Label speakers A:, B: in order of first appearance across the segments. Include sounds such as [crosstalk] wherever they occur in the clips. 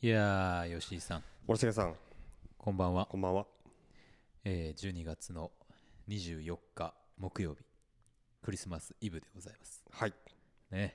A: いやー、吉井さん、
B: 森重さん
A: こんばんは。
B: こんばんは
A: えー、12月の24日木曜日、クリスマスイブでございます。
B: はい
A: ね。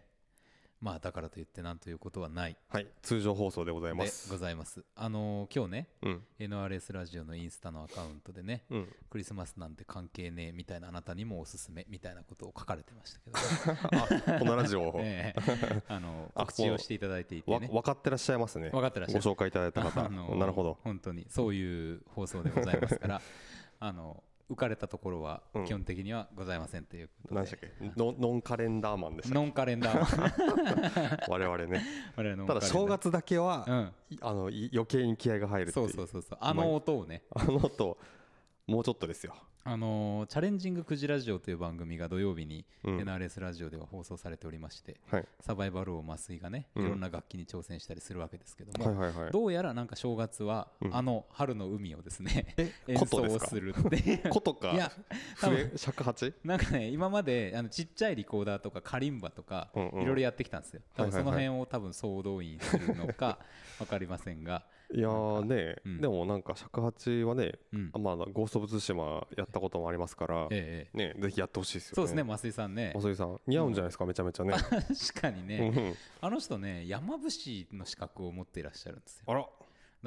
A: まあ、だからといってなんということはない
B: はい通常放送でござい
A: で
B: ま
A: ご
B: す
A: ざいます。あのー今日ね、
B: うん、
A: NRS ラジオのインスタのアカウントでね、
B: うん、
A: クリスマスなんて関係ねえみたいなあなたにもおすすめみたいなことを書かれてましたけど、
B: あこのラ
A: [laughs]
B: ジオ、 [laughs]
A: ええあの
B: あ
A: 告知をしていただいていて
B: わ
A: ね。
B: 分かってらっしゃいますね
A: 分かってらっしゃいます
B: ご紹介いただいた
A: [laughs]
B: 方、
A: あの
B: なるほど
A: 本当にそういう放送でございますから
B: [laughs]
A: あの浮かれたところは
B: うん
A: 基本的にはございませんということで、
B: 何でしたっけノンノンカレンダーマンでしたっ
A: ノンカレンダーマン [laughs]
B: け我々ね
A: 我々ノンカレンダ
B: た
A: ー
B: だ正月だけは、
A: うん
B: いあのい余計に気合が入るってい
A: そううそうそうそうあの音をね
B: あのともうちょっとですよ
A: あのーチャレンジングクジラジオという番組が土曜日に
B: うん
A: NRS ラジオでは放送されておりまして、
B: はい
A: サバイバル王麻酔がねい
B: うん
A: ろんな楽器に挑戦したりするわけですけども、
B: はいはいはい
A: どうやらなんか正月は、
B: うん
A: あの春の海をですね演
B: 琴
A: 奏
B: です
A: を
B: か
A: するっていう
B: ことか
A: いや多分
B: 笛尺八
A: なんかね今まであのちっちゃいリコーダーとかカリンバとか
B: うんうん
A: いろいろやってきたんですよ多分
B: は
A: そ
B: いはい
A: の
B: はい
A: 辺を多分総動員するのか分かりませんが
B: いやーね、
A: うん
B: でもなんか尺八はね、
A: うん
B: まあ、ゴースト・オブ・ツシマやったこともありますから、
A: ええええ
B: ね、ぜひやってほしいですよね。
A: そうですね増井さんね
B: 松井さん、似合うんじゃないですか、めちゃめちゃね。
A: 確かに
B: う
A: ね
B: ん
A: あの人ね山伏の資格を持っていらっしゃるんですよ
B: あら、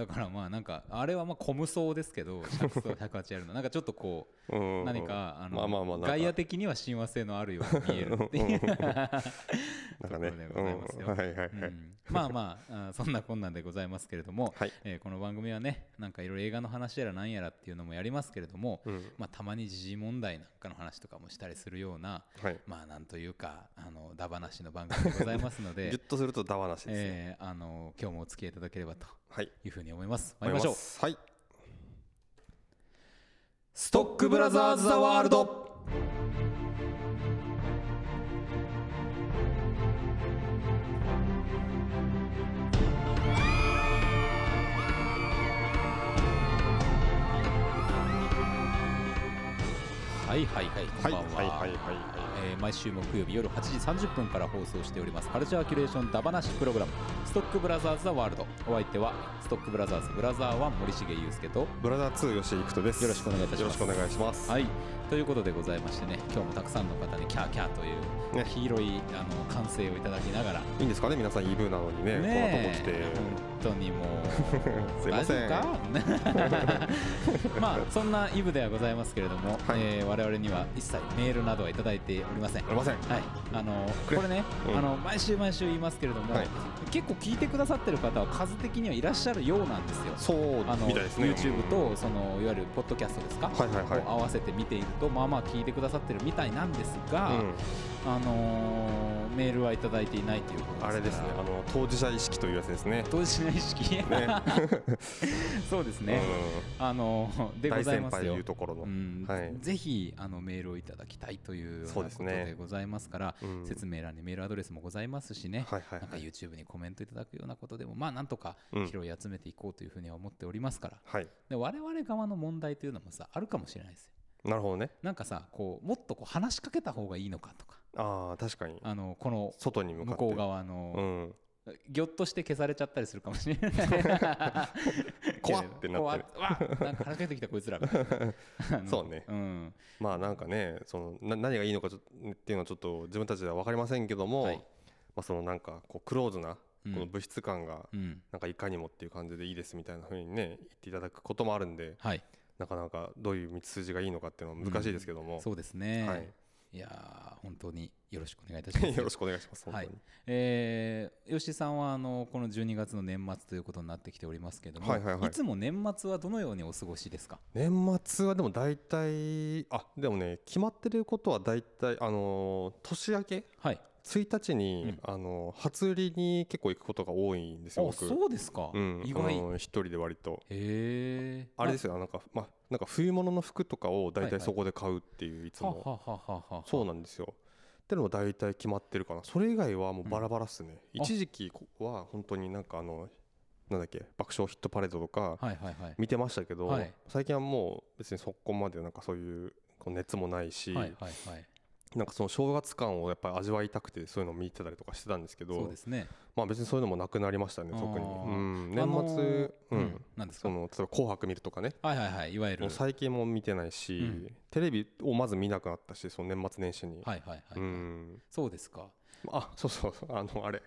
A: だからまあなんかあれはまあコムソですけど尺奏108やるのなんかちょっとこ
B: うん
A: う何かあ
B: まあまあまあ
A: の
B: なんか
A: 外野的には親和性のあるように見えるっていうところ
B: なんかね、
A: でございますよ
B: うんはいはいはい、
A: うんまあまああーそんなこんなんでございますけれども
B: はい、
A: えーこの番組はねなんかいろいろ映画の話やらなんやらっていうのもやりますけれども、
B: うん
A: まあ、たまに時事問題なんかの話とかもしたりするような
B: はい、
A: まあなんというかあのダバなしの番組でございますの
B: [laughs] ぎゅっ
A: で、
B: とするとダワなしですね。
A: えーあの今日もお付き合いいただければと
B: はい、
A: いうふうに思います参りましょう
B: 参ります。はい、
A: ストックブラザーズ・ザ・ワールドはいはいはいこ
B: は
A: ん
B: い、
A: ば
B: は
A: ん
B: い、
A: は、
B: はい、はい、は
A: えー毎週木曜日夜8時30分から放送しておりますカルチャーキュレーションダバなしプログラム「ストックブラザーズ・ザ・ワールド」お相手はストックブラザーズブラザー1森重裕介と
B: い。ブラザー2吉井育人です。
A: よろしくお願いいたします
B: よろしくお願いします。
A: はい、ということでございましてね、今日もたくさんの方にキャーキャーという
B: ね
A: 黄色い、あの歓声をいただきながら、
B: いいんですかね、皆さん EV なのに
A: ね
B: ね、こんな
A: え
B: とこ、
A: 本当にもう
B: [laughs] すいません
A: 大丈夫か [laughs] まあそんなイブではございますけれども、えー我々には一切メールなどはいただいておりません。
B: 来て、ありません。
A: はい、あの
B: くれ
A: これね、
B: うん
A: あの毎週毎週言いますけれども、
B: はい
A: 結構聞いてくださってる方は数的にはいらっしゃるようなんですよ。
B: そう
A: あの
B: みたいですね。
A: YouTube とそのいわゆるポッドキャストですか、
B: はいはいはい
A: を合わせて見ているとまあまあ聞いてくださってるみたいなんですが、
B: うん
A: あのーメールはいただいていないということ
B: あれですね、あの当事者意識というやつですね。
A: 当事者意識、
B: ね
A: [laughs] そうですね、あのー
B: う
A: で
B: ん、
A: ご
B: 大
A: ざい
B: 先
A: ます
B: 輩
A: よ
B: いうところの。
A: うん
B: はい
A: ぜひあのメールをいただきたいというよう
B: そう
A: なこ
B: です
A: と
B: ね
A: でございますから
B: うん
A: 説明欄にメールアドレスもございますしね、
B: はいはい
A: なんか
B: はい。
A: YouTube にコメントいただくようなことでもまあなんとか
B: うん
A: 拾い集めていこうというふうには思っておりますから、
B: はい。
A: で我々側の問題というのもさあるかもしれないですよ
B: なるほどね。
A: なんかさこうもっとこう話しかけた方がいいのかとか
B: ああ、確かに。
A: あのこの
B: 外に向か
A: 向
B: って。
A: こう側
B: う
A: の、
B: ん。
A: ぎょっとして消されちゃったりするかもしれない
B: [laughs] 怖ってなってる
A: 怖っわなんか話しかけてきたこいつらあの
B: そうね
A: うん
B: まあなんかね、そのな何がいいのかちょっとっていうのはちょっと自分たちでは分かりませんけども、
A: はい
B: まあそのなんかこうクローズな
A: うん
B: この物質感が
A: うん
B: なんかいかにもっていう感じでいいですみたいな風にね言っていただくこともあるんで、
A: はい
B: なかなかどういう道筋がいいのかっていうのは難しいですけども、
A: そうですね、
B: はいい、 [laughs]
A: やー本当によろしくお願いいたします
B: よろしくお願いします。本当
A: は
B: に
A: いえー吉井さんはあのこの12月の年末ということになってきておりますけれども、
B: はいはいはい
A: つも年末はどのようにお過ごしですか
B: 年末はでも大体あでもね決まってることは大体あのー年明け
A: はい
B: 1日に、あのー初売りに結構行くことが多いんですよ
A: あ
B: 僕
A: そうですか、
B: うん、
A: 意外、
B: あのー一人で割と
A: へえ
B: あれですよなんかまあなんか冬物の服とかを大
A: はいはい
B: 体そこで買うっていういつ
A: は
B: も、
A: はははは
B: そうなんですよってのも大体決まってるかなそれ以外はもうバラバラっすね、
A: うんあ
B: 一時期こは本当になんかあのなんだっけ爆笑ヒットパレードとか
A: はいはいはい
B: 見てましたけど、
A: はい
B: 最近はもう別にそこまでなんかそういうこう熱もないし、
A: はいはいはい
B: なんかその正月感をやっぱり味わいたくてそういうのを見てたりとかしてたんですけ
A: そう
B: ど
A: ですね
B: まあ別にそういうのもなくなりましたね
A: あー
B: 特に、うん、
A: あの
B: 年末、う
A: うんん、なんです
B: そ
A: か
B: の例えば「紅白」見るとかね
A: はいはいはいいわゆる
B: もう最近も見てないし、
A: うん
B: テレビをまず見なくなったしその年末年始に、
A: はいはいはい、
B: うん、
A: そうですか
B: あそうそうあのあれ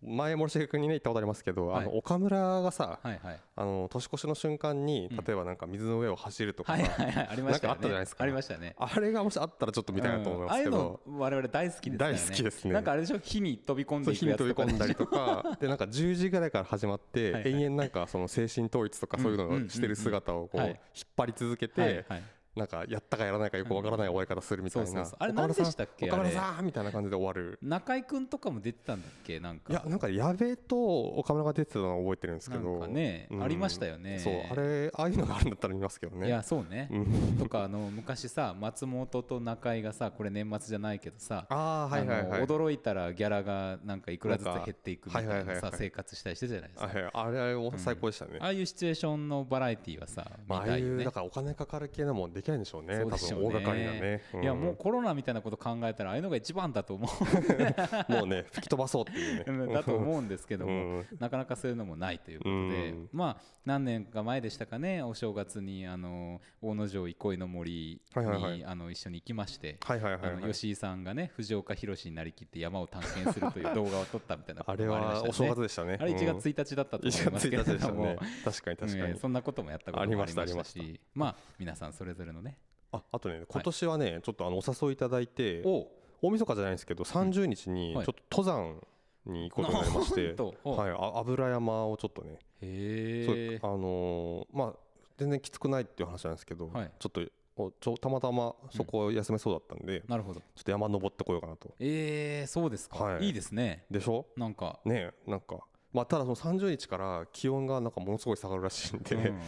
B: 前森重君にね行ったことありますけど、
A: はい
B: あの岡村がさ、
A: はいはい
B: あの年越しの瞬間に
A: うん
B: 例えばなんか水の上を走るとか、
A: はいはいはいありましたよね
B: なんかあったじゃないですか
A: ありましたね
B: あれがもしあったらちょっと見たいなと思いますけ
A: うんああ
B: ど、
A: いうの我々大好きですからね
B: 大好きですね
A: なんかあれでしょ火に飛び込んで
B: そう
A: い
B: 火
A: く
B: に
A: や
B: 飛
A: つ
B: び
A: とか
B: 込んだり
A: でしょ
B: とか [laughs] でなんか10時ぐらいから始まって、
A: はいはい
B: 延々なんかその精神統一とかそういう
A: うんうんうん
B: の
A: うん
B: をしてる姿をこう
A: は
B: 引
A: い
B: っ張り続けて、
A: はいはい
B: なんかやったかやらないかよくわからない終わり方するみたいな、
A: そうそうそうあれ
B: 岡村さん
A: 何でしたっけ
B: 岡村
A: あれ
B: さんみたいな感じで終わる
A: 中居君とかも出てたんだっけなんか
B: いやなんか矢部と岡村が出てたのは覚えてるんですけ
A: な
B: ど
A: んかね、
B: うん
A: ありましたよね
B: そうあれああいうのがあるんだったら見ますけどね
A: いやそうね
B: う、ん
A: とかあの昔さ松本と中居がさこれ年末じゃないけどさ
B: ああはいはいは
A: あ
B: い
A: の驚いたらギャラがなんかいくらずつ減っていくみたい
B: なん
A: な
B: かは
A: い
B: はいはい
A: さ
B: はい
A: 生活したりしてたじゃないです
B: あ
A: か
B: れあれも最高でしたね、
A: ああいうシチュエーションのバラエティーはさ見
B: まあ、ああ
A: た
B: い
A: いよ
B: う
A: ね
B: だからお金かかる系のもんできないんでしょうね
A: そうでしょうね
B: 多分大掛かりなね、ん
A: いやもうコロナみたいなこと考えたらああいうのが一番だと思う
B: も
A: [laughs]
B: うね吹き飛ばそうっていうね
A: だと思うんですけども、
B: うん
A: なかなかそういうのもないということで、
B: うん
A: まあ何年か前でしたかねお正月にあの大野城憩いの森に、
B: はいはいはい
A: あの一緒に行きまして、
B: はいはいはい、
A: あ
B: は
A: の
B: い、
A: 吉井さんがね藤岡弘になりきって山を探検するという動画を撮ったみたいなこ
B: あ
A: と
B: れ
A: もありま
B: は
A: した
B: お
A: よね。
B: 正月でしたね
A: あれ1
B: うん
A: 月1日だったと思いますけれ
B: 1月1日でし
A: ど
B: た
A: も、
B: ね確かに確かに、
A: えーそんなこともやったこともありまし
B: あり
A: た
B: ま
A: し
B: したあり
A: まあ皆さんそれぞれのね
B: ああとね今年はね、ちょっとあのお誘いいただいて
A: おう
B: 大晦日じゃないんですけど30日にち
A: は
B: ょ
A: い
B: っと登山に行くことになりまして、
A: なんとおう
B: はい、あ油山をちょっとね、そう
A: へえ
B: あのーまあ全然きつくないっていう話なんですけど、
A: はい
B: ちょっとおちょたまたまそこを休めそうだったんで、ちょ
A: なるほど
B: っと山登ってこようかなと
A: えー、そうですか、、
B: はいい
A: いですね
B: でしょ
A: なんか、
B: ねえなんかまあただその30日から気温がなんかものすごい下がるらしいんで、
A: うん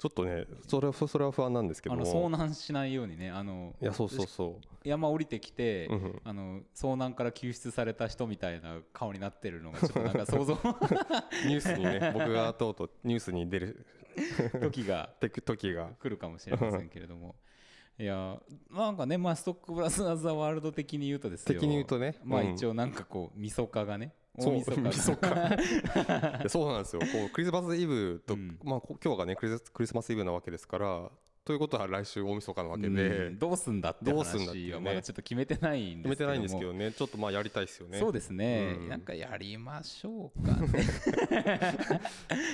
B: ちょっとねそれはそれは不安なんですけど
A: あ
B: も
A: の遭難しないようにねあの
B: いやそうそうそ
A: 山降りてきて、
B: う、うん、
A: あの遭難から救出された人みたいな顔になってるのがちょっとなんか想像の
B: ニュース
A: [laughs]
B: にね僕がとうとうニュースに出る
A: 時が
B: てく時が
A: 来るかもしれませんけれどもいやなんかねまあストックブラザーズ・ザ・ワールド的に言うとですよ
B: 的に言うとね
A: まあ
B: うん
A: 一応なんかこうみそかがね
B: そう
A: 大みそかが
B: 晦いやそう [laughs] なんですよこうクリスマスイブと、
A: うん
B: まあ、こ今日がねクリスクリスマスイブなわけですからということは来週大晦日なわけで、
A: うんどうすんだって
B: どうすんだってい
A: 話
B: う
A: は
B: ね
A: まだちょっと決めてないん
B: 決
A: で
B: め
A: すけ
B: て
A: ども
B: ないんですけどねちょっとまあやりたいですよね
A: そうですね、
B: うん
A: なんかやりましょうか
B: [laughs]
A: ね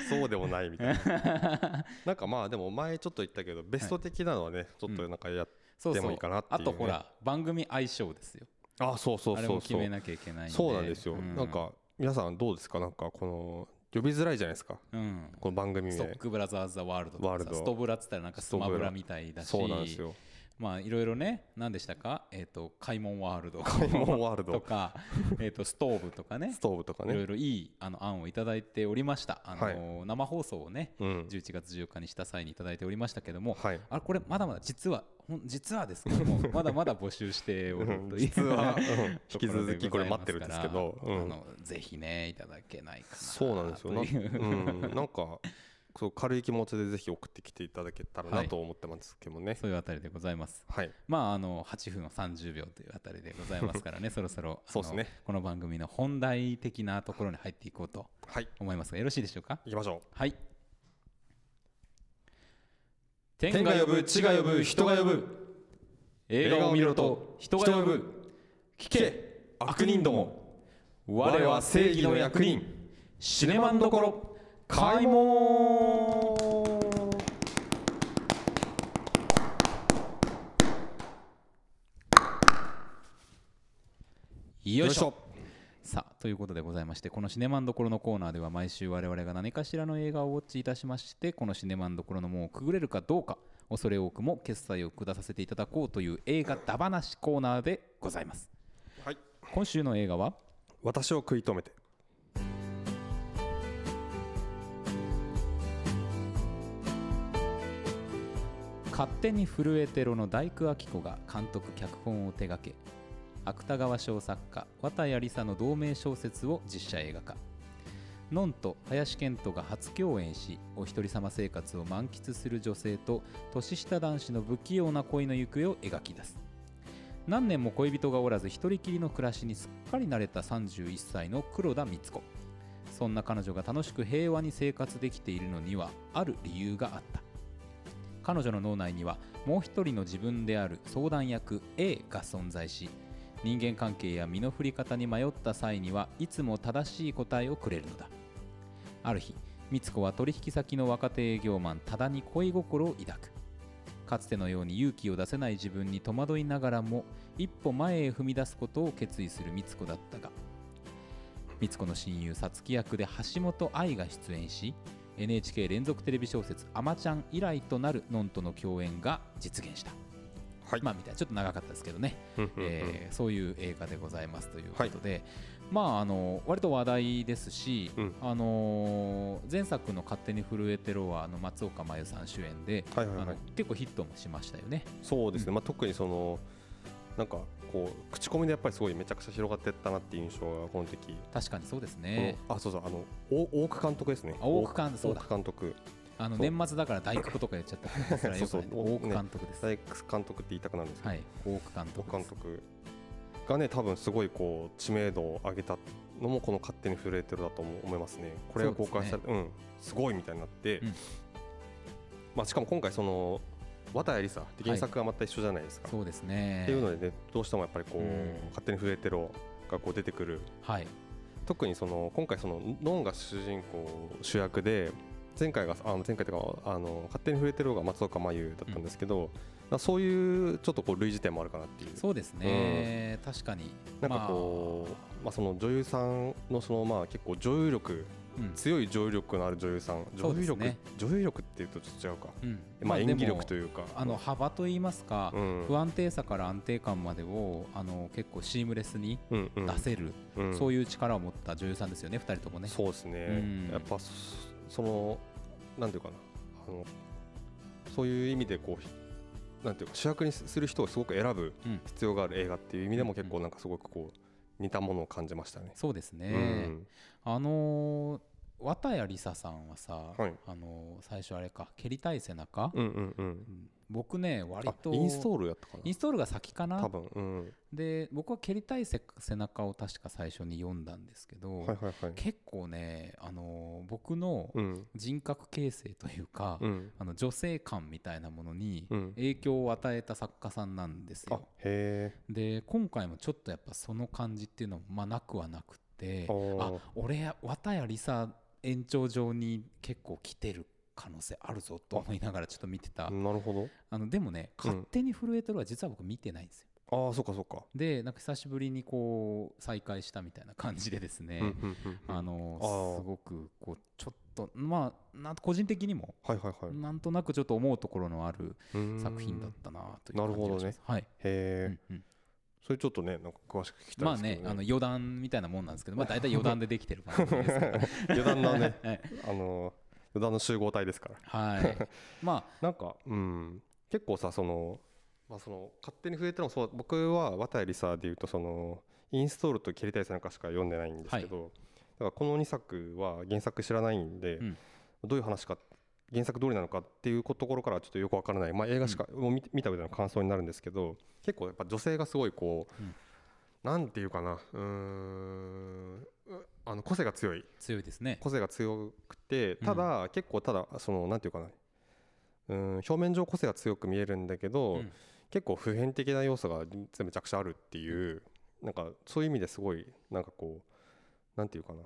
B: そうでもないみたいななんかまあでも前ちょっと言ったけどベスト的なのはね、ちょっとなんかやっ
A: そう
B: で
A: そ
B: も
A: う
B: いいかなってい
A: あ
B: うね
A: とほら番組相性ですよ
B: あそうそう
A: あれ
B: そ
A: も
B: う
A: 決
B: そ
A: め
B: う
A: なきゃいけないんで
B: そうなんですよ、なん、か皆さんどうですかなんかこの呼びづらいじゃないですか
A: うん、
B: この番組
A: ストッ
B: 名
A: クブラザーズ・ザ・ワールドと
B: ワ
A: か
B: ール
A: さ
B: ド
A: ストブラっつったらなんかスマブラみたいだし
B: そうなんですよ
A: まあいろいろね何でしたかえっ、と「開門ワールド」
B: 開門ワール
A: と
B: ド
A: かえっとストーブとかね
B: ストーブとか
A: いろ
B: ね
A: いろいいあの案をいただいておりましたあの、生放送をね
B: うん
A: 11月14日にした際にいただいておりましたけども、
B: はい
A: あこれまだまだ実はほん実はですけど
B: [laughs]
A: もまだまだ募集しておるという [laughs]
B: 実はうん
A: ところで
B: 引き続きこれ待ってるんですけど
A: ございますから
B: うん
A: あのぜひねいただけないかな
B: そうなんですよな,、
A: [laughs] と
B: う、
A: いうん
B: なんかそう軽い気持ちでぜひ送ってきていただけたら
A: は
B: ないと思ってますけどね
A: そういうあたりでございます
B: はい、
A: まああの8分の30秒というあたりでございます
B: [laughs]
A: からねそろそろあの
B: そうですね
A: この番組の本題的なところに入っていこうと
B: はい
A: 思いますがよろしいでしょうか
B: 行きましょう
A: はい
B: 天が呼ぶ地が呼ぶ人が呼ぶ
A: 映画を見ろと人が呼ぶ聞け
B: 悪人ども
A: 我は正義の役人シネマンどころ開門
B: 門
A: よいしょさあということでございましてこのシネマンどころのコーナーでは毎週我々が何かしらの映画をウォッチいたしましてこのシネマンどころの門をくぐれるかどうか恐れ多くも決済を下させていただこうという映画だばなしコーナーでございます
B: はい
A: 今週の映画は
B: 私を食い止めて
A: 「勝手に震えてろ」の大工明子が監督脚本を手掛け芥川賞作家綿谷りさの同名小説を実写映画化のんと林遣都が初共演しお一人様生活を満喫する女性と年下男子の不器用な恋の行方を描き出す何年も恋人がおらず一人きりの暮らしにすっかり慣れた31歳の黒田光子そんな彼女が楽しく平和に生活できているのにはある理由があった彼女の脳内にはもう一人の自分である相談役 A が存在し人間関係や身の振り方に迷った際にはいつも正しい答えをくれるのだある日光子は取引先の若手営業マン多田に恋心を抱くかつてのように勇気を出せない自分に戸惑いながらも一歩前へ踏み出すことを決意する光子だったが光子の親友さつき役で橋本愛が出演し NHK 連続テレビ小説「あまちゃん」以来となるのんとの共演が実現した、
B: はい
A: まあみたいなちょっと長かったですけどね、
B: うんうんうん
A: えーそういう映画でございますということで、まああの割と話題ですし、
B: うん
A: あのー前作の「勝手に震えてろ」はあの松岡真優さん主演で、
B: はいはいはい
A: あの結構ヒットもしましたよね。
B: そうですね、まあ、特にそのなんかこう口コミでやっぱりすごいめちゃくちゃ広がってったなっていう印象がこの時、
A: 確かにそうですね。
B: このあそうそうあのお大久監督ですね
A: あ大久監そうだ
B: 大久監督
A: あの
B: そう
A: 年末だから大工とか言っちゃったからそれはよくない
B: [laughs] そうそう
A: 大工監督です。
B: 大久監督って言いたくなるんですけど、
A: はい、大工監
B: 大
A: 督で
B: 久監
A: す。
B: 督がね多分すごいこう知名度を上げたのもこの「勝手に震えてる」だと思思いますねこれが公開されてう、ん、すごいみたいになって、
A: うん
B: まあ、しかも今回その綿谷りさで原作がまた一緒じゃないですか、
A: そうですね。
B: っていうのでねどうしてもやっぱりこう、
A: うん
B: 勝手に震えてるがこう出てくる
A: はい、
B: 特にその今回そのノンが主人公主役で前回があの前回というかあの勝手に触れてる方が松岡真優だったんですけど、まあそういうちょっとこう類似点もあるかなっていう
A: そうですね。確かに。
B: なんかこう、まあ、その女優さんのそのまあ結構女優力
A: まあうん
B: 強い女優力のある女優さん
A: そう
B: 女
A: で
B: 優
A: す
B: 力、
A: ね
B: 女優力っていうとちょっと違うか、
A: うん
B: まあ、
A: でも
B: 演技力というか
A: あの幅といいますか、
B: うん
A: 不安定さから安定感までをあの結構シームレスに
B: うんうん
A: 出せる、
B: うん
A: そういう力を持った女優さんですよね、2人ともね。
B: そうですね、
A: うん
B: やっぱそそのなんていうかなあのそういう意味でこうひなんていうか主役にすする人をすごく選ぶ
A: うん
B: 必要がある映画っていう意味でも結
A: う
B: 構なんかすごくこう似たものを感じましたね。
A: そうですね、
B: うん
A: あのー綿谷りささんはさ、
B: はい
A: あのー最初あれか蹴りたい背中、
B: うんうんうん。
A: 僕ね割
B: あ
A: と
B: インストールやったか
A: イン
B: な。
A: ストールが先かな
B: 多分うん。
A: で僕は蹴りたい背背中を確か最初に読んだんですけど、
B: はいはいはい。
A: 結構ね、あのー僕の
B: うん
A: 人格形成というか、
B: うん
A: あの女性感みたいなものに
B: うん。
A: 影響を与えた作家さんなんです
B: あ
A: よ。
B: へ
A: で今回もちょっとやっぱその感じっていうのもまあなくはなくて
B: え。お
A: あ
B: ー
A: 俺や綿谷りさ延長上に結構来てる可能性あるぞと思いながらちょっと見てた
B: なるほど。
A: あのでもね
B: うん
A: 勝手に震えてるは実は僕見てないんですよ。
B: ああそうかそうか。
A: でなんか久しぶりにこう再会したみたいな感じでですね、
B: うんうんうんうん
A: あ
B: はい
A: の
B: あー
A: すごくこうちょっとまあなん個人的にも
B: はいはい
A: なんとなくちょっと思うところのある
B: うーん。
A: 作品だったなという感じがします。
B: なるほどね
A: はい。
B: へ
A: う
B: え
A: ん。うん
B: それちょっとねなんか詳しく聞きた
A: ま
B: い
A: あ
B: ですけ
A: ね
B: ど、
A: あの余談みたいなもんなんですけど、まあ大体余談でできてる感じです [laughs] から。
B: [laughs] 余談のね
A: はい
B: あの余談の集合体ですから
A: はい。まあ、
B: なんかうん結構さその,、まあ、その勝手に増えてるのもそう僕は綿谷りさでいうとそのインストールと蹴りたい背中しか読んでないんですけど、だからこの2作は原作知らないんで、
A: うん
B: どういう話か原作通りなのかっていうところからはちょっとよくわからない、まあ、映画しか、もう見見たみたいな感想になるんですけど結構やっぱ女性がすごいこう、
A: うん
B: なんていうかなうーんうあの個性が強い
A: 強いですね。
B: 個性が強くてただ、結構ただそのなんていうかなうん表面上個性が強く見えるんだけど、
A: うん
B: 結構普遍的な要素がめちゃくちゃあるっていうなんかそういう意味ですごいなんかこうなんていうかな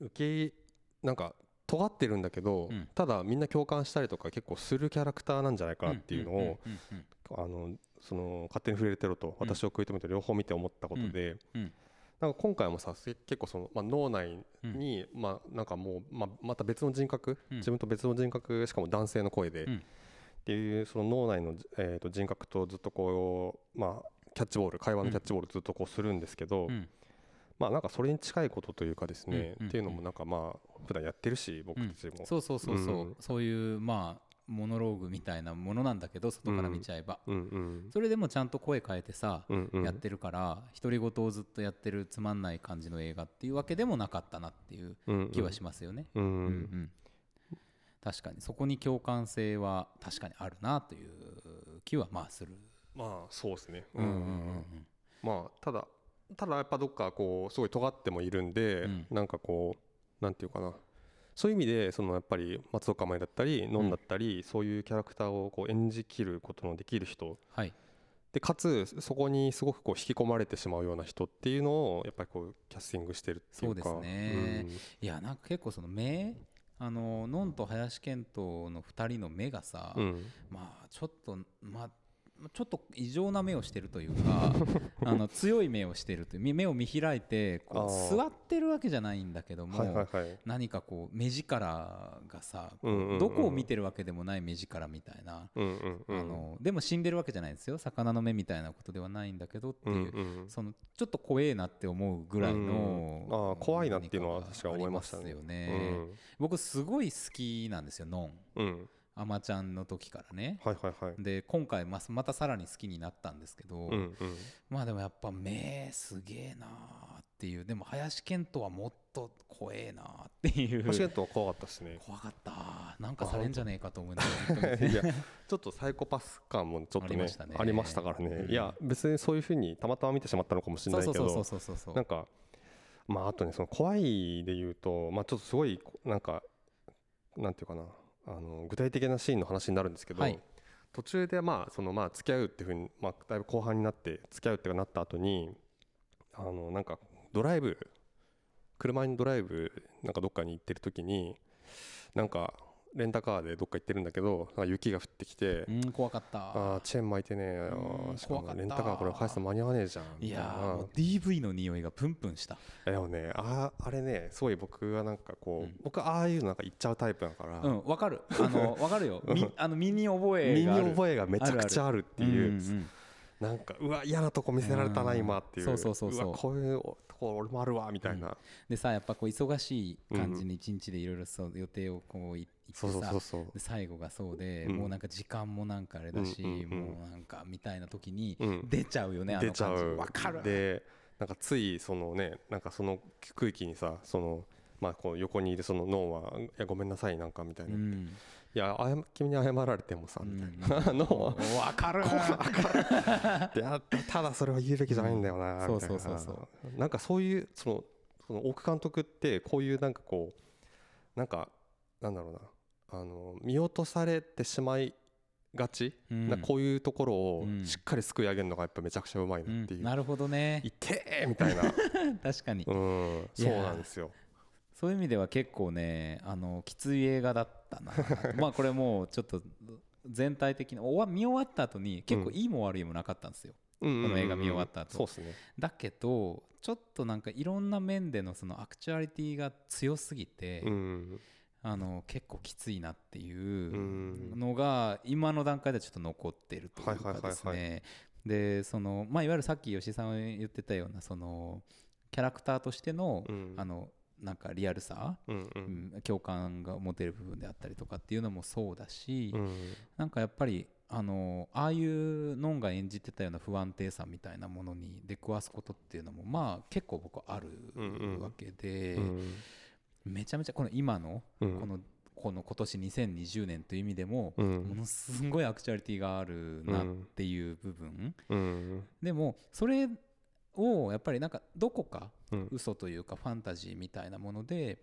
B: 受けなんか尖ってるんだけど、
A: うん
B: ただみんな共感したりとか結構するキャラクターなんじゃないかなっていうのを、
A: うんうんうんうん
B: あのその勝手に触れてろと私を食い止めて両方見て思ったことで、
A: うんうん
B: なんか今回もさせ結構その、まあ、脳内
A: うん
B: に、まあ、なんかもう、まあ、また別の人格、
A: うん
B: 自分と別の人格しかも男性の声で、
A: うん
B: っていうその脳内の、えー、と人格とずっとこう、まあ、キャッチボール会話のキャッチボールずっとこうするんですけ
A: う
B: ど、
A: ん
B: まあなんかそれに近いことというかですね、
A: うん
B: っていうのもなんかまあ普段やってるし僕たちも、
A: そうそうそうそう、
B: うん
A: そういうまあモノローグみたいなものなんだけど外から見ちゃえば、
B: うんうん
A: それでもちゃんと声変えてさ、
B: うんうん
A: やってるから独り言をずっとやってるつまんない感じの映画っていうわけでもなかったなっていう
B: うんうん
A: 気はしますよね。
B: う
A: うん
B: ん
A: うん確かにそこに共感性は確かにあるなという気はまあする
B: まあそうですね
A: うんうんうん
B: まあただただやっぱどっかこうすごい尖ってもいるんで、
A: うん
B: なんかこうなんていうかなそういう意味でそのやっぱり松岡茉優だったりのんだったり、そういうキャラクターをこう演じきることのできる人
A: はい
B: でかつそこにすごくこう引き込まれてしまうような人っていうのをやっぱりこうキャスティングしてるっていうか
A: そうですねいやなんか結構その目あののんと林遣都の2人の目がさ、
B: うんうん
A: まあちょっとまあちょっと異常な目をしてるという
B: [laughs]
A: かあの強い目をしてるというみ目を見開いてこ
B: あ
A: う
B: ー
A: 座ってるわけじゃないんだけども、
B: はいはいはい
A: 何かこう目力がさ、こう
B: うんうんうん
A: どこを見てるわけでもない目力みたいな、
B: うんうんうん
A: あのでも死んでるわけじゃないですよ魚の目みたいなことではないんだけどって
B: う
A: い
B: ん
A: う、
B: うん
A: そのちょっと怖えなって思うぐらいの、
B: うんあー怖いなっていうのは確かに思いましたね
A: 何かがありますよね僕すごい好きなんですよノン
B: うんうん
A: アマちゃんの時からね、
B: はいはいはい
A: で今回ままたさらに好きになったんですけど、
B: うんうん
A: まあでもやっぱ目すげえなーっていうでも林遣都はもっと怖えなーっていう
B: パシケットは怖かったですね
A: 怖かったーなんかされんじゃねえかと [laughs] 思いながら本当に
B: い [laughs]
A: ね
B: やちょっとサイコパス感もちょっとね
A: ありましたね
B: ありましたからね、
A: うん
B: いや別にそういうふうにたまたま見てしまったのかもしれ
A: そ
B: な
A: う
B: い
A: そう
B: け
A: そう
B: ど
A: そうそうそう
B: なんかまああとねその怖いで言うとまあちょっとすごいなんかなんていうかなあの具体的なシーンの話になるんですけど、
A: はい
B: 途中でまあそのまあ付き合うっていうふうに、まあ、だいぶ後半になって付き合うってなった後にあのなんかドライブ車にドライブなんかどっかに行ってる時になんかレンタカーでどっか行ってるんだけどなんか雪が降ってきて、
A: うん怖かったー
B: ああチェーン巻いてねえよ
A: うん
B: しかも
A: 怖かった
B: レンタカーこれ返すの間に合わねえじゃん
A: いやーも
B: み
A: う DV の匂いがプンプンした
B: たいなでもねあーあれねすごい僕はなんかこう、
A: うん
B: 僕ああいうのなんか言っちゃうタイプだから、
A: うんわかるあ
B: [laughs]
A: のわかるよみあの身に覚え
B: 身
A: がある
B: に覚えがめちゃくちゃあるっていう
A: うんうんうん
B: なんかうわ嫌なとこ見せられたな
A: うん
B: 今っていう
A: そうそうそうそう
B: わこういうとこ俺もあるわみたいな、
A: でさやっぱこう忙しい感じに一日でいろいろそう予定をこうい行
B: そ
A: っ
B: うそう
A: てさ
B: そうそう
A: で最後がそうで、
B: うん
A: もうなんか時間もなんかあれだし、
B: うんうんうん
A: もうなんかみたいな時に
B: うん
A: 出ちゃうよね、あ
B: 出
A: の
B: ちゃ
A: 感じ
B: う
A: わかる
B: でなんかついそのねなんかその空気にさそのまあこう横にいるその脳はいやごめんなさいなんかみたいうな、い
A: ん、
B: や謝君に謝られてもさ
A: う
B: みたい
A: ん
B: な [laughs] 脳は
A: わかる
B: いやただそれは言うべきじゃないんだよな、
A: うん
B: みたいな
A: そうそうそう
B: なんかそういうそのその大久監督ってこういうなんかこうなんかなんだろうなあの見落とされてしまいがち、
A: うん
B: なこういうところを
A: うん
B: しっかりすくい上げるのがやっぱめちゃくちゃうまいうなってい
A: ん
B: う、
A: なるほどね
B: いてえみたいな
A: [laughs] 確かに、
B: うん
A: い
B: そう
A: やー
B: なんですよ
A: そういう意味では結構ねあのきつい映画だった
B: [laughs]
A: なまあこれもうちょっと全体的に終わ見終わった後に結構いいも悪いもなかったんですよ、こ
B: こ
A: の映画見終わった後
B: そうですね
A: だけどちょっとなんかいろんな面でのそのアクチュアリティが強すぎて、
B: うん
A: あの結構きついなっていううんのが今の段階ではちょっと残ってるという
B: はい
A: か
B: はいはいはい
A: ですねでそのまあいわゆるさっき吉井さんが言ってたようなそのキャラクターとしての
B: うん
A: あのなんかリアルさ
B: うんう
A: うんん共感が持てる部分であったりとかっていうのもそうだし
B: うん
A: なんかやっぱりあのああいうのんが演じてたような不安定さみたいなものに出くわすことっていうのもまあ結構僕あ
B: うんうん
A: るわけで
B: うん
A: めちゃめちゃこの今の
B: うん
A: このこの今年2020年という意味でも、
B: うん
A: ものすごいアクチュアリティがあるなっていう部分、
B: うん
A: でもそれをやっぱりなんかどこか
B: うん
A: 嘘というかファンタジーみたいなもので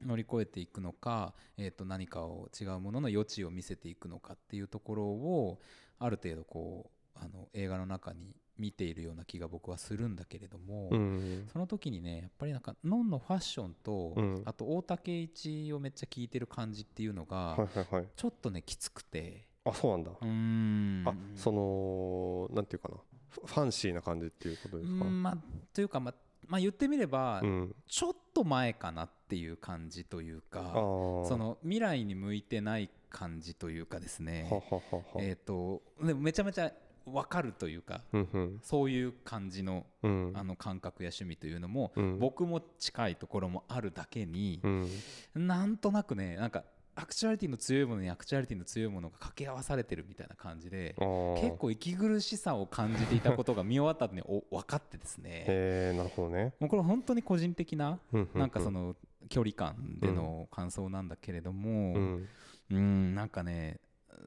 A: 乗り越えていくのか、えー、と何かを違うものの余地を見せていくのかっていうところをある程度こうあの映画の中に見ているような気が僕はするんだけれども、
B: うん
A: その時にねやっぱりなんかノンのファッションと、
B: うん
A: あと大竹一をめっちゃ聞いてる感じっていうのが、
B: はいはいはい
A: ちょっとねきつくて
B: あそうなんだ
A: うーん
B: あそのなんていうかなフファンシーな感じっていうこと
A: う
B: ですか
A: んまあというか、まあ、まあ言ってみれば、
B: うん
A: ちょっと前かなっていう感じという
B: あ
A: か
B: ー
A: その未来に向いてない感じというかですね
B: はははは
A: えっ、とでもめちゃめちゃわかるというか
B: うんうん
A: そういう感じの
B: うん
A: あの感覚や趣味というのも、
B: うん
A: 僕も近いところもあるだけに
B: う、ん
A: なんとなくねなんかアクチュアリティの強いものにアクチュアリティの強いものが掛け合わされてるみたいな感じで
B: あー
A: 結構息苦しさを感じていたことが見終わった後にお分かってですね
B: へえなるほどね
A: もうこれ本当に個人的な
B: な
A: なんかその距離感での感想なんだけれども
B: うん
A: うんなんかね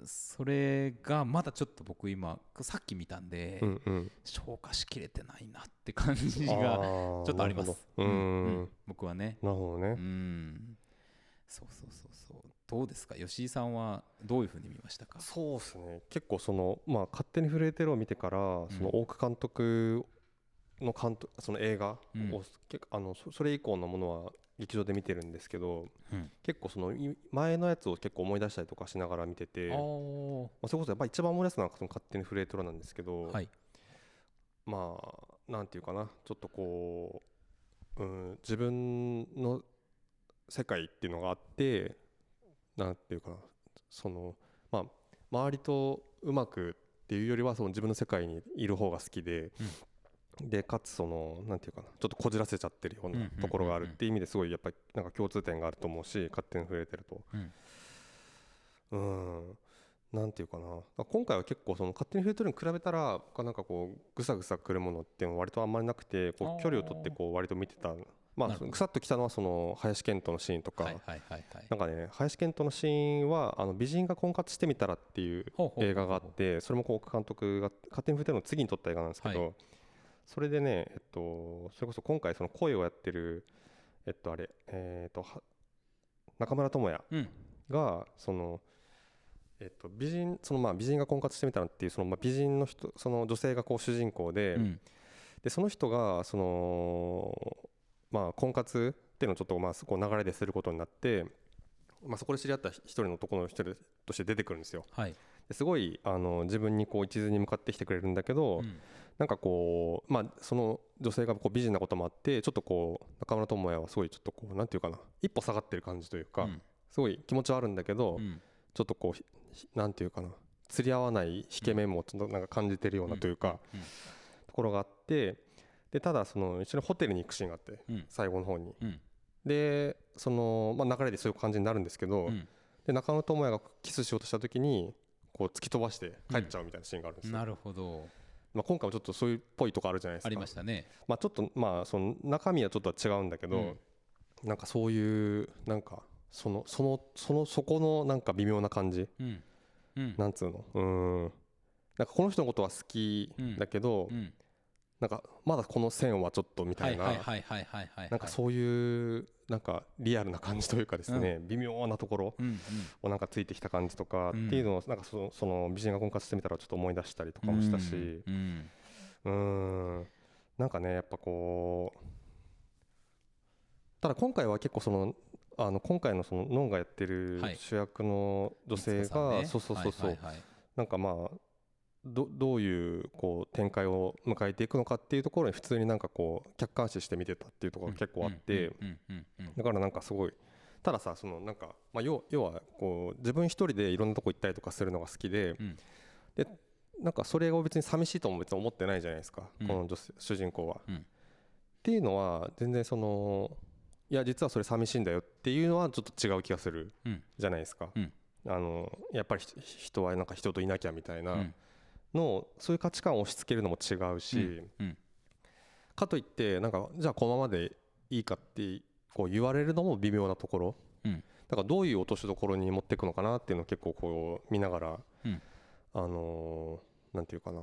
A: それがまだちょっと僕今さっき見たんで、
B: うんうん、
A: 消化しきれてないなって感じ
B: あ
A: が
B: ー
A: ちょっとあります。
B: なるほどうー
A: うんん僕はね。
B: なるほど
A: う
B: ね、
A: ん。そうそうそうそう。どうですか、吉井さんはどういうふうに見ましたか。
B: そうですね結構その、まあ、勝手に震えてるを見てからその大久監督の監督その映画を、
A: うん
B: 結構あのそそれ以降のものは劇場で見てるんですけど
A: うん
B: 結構そのい前のやつを結構思い出したりとかしながら見てて
A: あー
B: まあ、それこそやっぱ一番思い出すのはその勝手に震えてるなんですけど、
A: はい。
B: まあなんていうかなちょっとこう、うん、自分の世界っていうのがあってなんていうかなそのまあ周りとうまくっていうよりはその自分の世界にいる方が好きで、でかつそのなんていうかなちょっとこじらせちゃってるよう
A: うんうん
B: な
A: うんうん
B: ところがあるっていう意味ですごいやっぱりなんか共通点があると思うし勝手に触れてると。
A: うん
B: うんなんていうかなだから今回は結構その勝手に増えてるに比べたら僕はなんかこうぐさぐさくるものっていうのは割とあんまりなくてこ
A: あー
B: う距離を取ってこう割と見てたま
A: なるほど
B: あぐさっときたのはその林遣都のシーンとか、
A: はいはいはいはい。
B: なんかね林遣都のシーンはあの美人が婚活してみたらっていう
A: ほうほうほう
B: 映画があってそれもこう奥監督が勝手に増えてるの次に撮った映画なんですけど、
A: は
B: それでねえっとそれこそ今回その声をやってるえっとあれえっとは中村智也
A: うん。
B: がその、えっと、美人そのまあ美人が婚活してみたらっていうそのまあ美人の人その女性がこう主人公で,、
A: うん。
B: でその人がその、まあ、婚活っていうのをちょっとまあこう流れですることになって、まあ、そこで知り合った一人の男の一人として出てくるんですよ。
A: はい。
B: ですごいあの自分にこう一途に向かってきてくれるんだけど、
A: うん
B: なんかこう、まあ、その女性がこう美人なこともあってちょっとこう中村智也はすごいちょっとこうなんていうかな一歩下がってる感じというか、
A: うん
B: すごい気持ちはあるんだけど、
A: うん
B: ちょっとこうひひなんていうかな釣り合わない引け目もちょっとなんか感じてるようなというか、
A: うんうん
B: ところがあってでただその一緒にホテルに行くシーンがあって
A: うん
B: 最後の方に
A: うん
B: でその、まあ、流れでそういう感じになるんですけど、
A: うん
B: で中野智也がキスしようとした時にこう突き飛ばして帰っちゃうみたいなシーンがあるんですよ、
A: なるほど。
B: まあ、今回もちょっとそういうっぽいとこあるじゃないですか
A: ありましたね。
B: まあ、ちょっとまあその中身はちょっとは違うんだけど、
A: うん
B: なんかそういうなんかそのそのそのそこのなんか微妙な感じ
A: うん。うん。
B: なんつうのうーんなんかこの人のことは好きだけど、
A: うん。
B: なんかまだこの線はちょっとみ
A: は
B: た
A: い
B: いな、
A: はいはいはいはいはい。
B: なんかそういうなんかリアルな感じというかですね、微妙なところ
A: う。うん
B: をなんかついてきた感じとかっ
A: うん
B: ていうのをなんかそのその美人が婚活してみたらちょっと思い出したりと
A: うん。
B: かもした
A: う
B: し
A: んうん。
B: うーんなんかねやっぱこうただ今回は結構そのあの今回のそのノンがやってる
A: はい
B: 主役の女
A: 三
B: 性
A: 塚さん
B: が
A: ね
B: そうそうそうそう、
A: はいはいはい
B: なんかまあどどういうこう展開を迎えていくのかっていうところに普通になんかこう客観視して見てたっていうところが結構あって、
A: うんうんうんうん
B: だからなんかすごいたださそのなんか、まあ、要要はこう自分一人でいろんなとこ行ったりとかするのが好きで、
A: うん
B: でなんかそれを別に寂しいとも別に思ってないじゃないですか、
A: うん
B: この女性主人公は、
A: うん
B: っていうのは全然そのいや実はそれ寂しいんだよっていうのはちょっと違う気がする
A: うん
B: じゃないですか、
A: うん
B: あのやっぱりひ人はなんか人といなきゃみたいな、
A: うんうん
B: のそういう価値観を押し付けるのも違うし、
A: うん
B: かといってなんかじゃあこのままでいいかってこう言われるのも微妙なところ、
A: うん
B: だからどういう落としどころに持っていくのかなっていうのを結構こう見ながら、
A: うん
B: あのーなんていうかな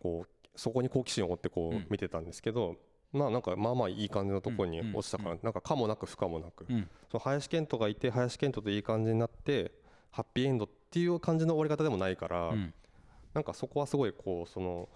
B: こうそこに好奇心を持ってこ
A: うん
B: う見てたんですけど、まあなんかまあまあいい感じのところに落ちたから、
A: う
B: なんか可もなく不可もなく、
A: うん
B: その林遣都がいて林遣都といい感じになってハッピーエンドっていう感じの終わり方でもないから、
A: うん
B: なんかそこはすごいこうその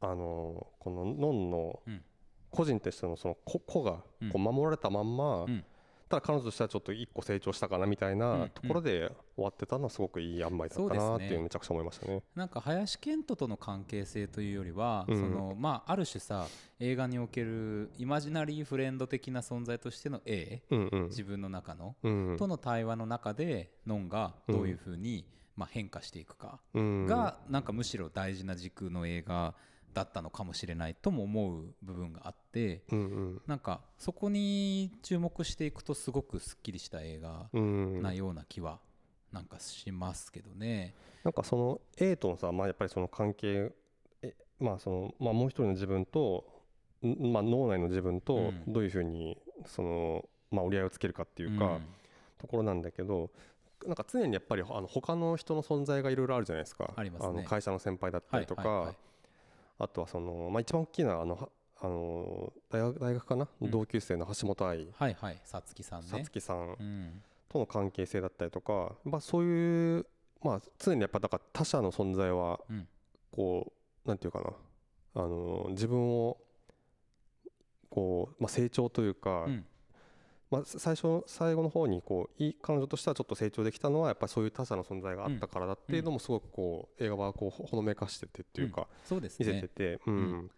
B: あのこのノンの
A: うん
B: 個人としてのその個個が
A: うん
B: こう守られたまんま、
A: うん
B: ただ彼女としてはちょっと一個成長したかなみたい
A: うん
B: なところで終わってたのはすごくいい塩梅だったな
A: そう
B: っ
A: で
B: て
A: すね
B: いうのめちゃくちゃ思いましたね。
A: なんか林遣都との関係性というよりは、
B: うん
A: そのまあ、ある種さ映画におけるイマジナリーフレンド的な存在としての A
B: うんうん
A: 自分の中の、
B: うん
A: との対話の中でノンがどういうふうに、まあ、変化していくか
B: うん
A: が、なんかむしろ大事な軸の映画だったのかもしれないとも思う部分があって
B: うんうん
A: なんかそこに注目していくとすごくすっきりした映画
B: うん
A: なような気はなんかしますけどね。
B: なんかその A とのさ、まあ、やっぱりその関係え、まあそのまあ、もう一人の自分と、んまあ、脳内の自分
A: う
B: と
A: ん
B: どういうふうにその、まあ、折り合いをつけるかっていうか、
A: ん
B: ところなんだけどなんか常にやっぱりあの他の人の存在がいろいろあるじゃないですか
A: ありますね
B: の会社の先輩だったりとか、
A: はいはいはい
B: あとはその、まあ、一番大きいのはあのはあの大学大学かな、
A: うん
B: 同級生の橋本愛
A: はいはいさつきさん
B: さ
A: ね
B: つきさん
A: うん
B: との関係性だったりとか、まあ、そういう、まあ、常にやっぱだから他者の存在は
A: うん
B: こうなんていうかなあの自分をこう、まあ、成長というか、
A: うん
B: まあ、最初最後の方にこういい彼女としてはちょっと成長できたのはやっぱりそういう他者の存在があったからだっていうのもすごくこう映画はこうほほのめかしててっていうか
A: そうです
B: 見せ
A: ね
B: てて、うん
A: うん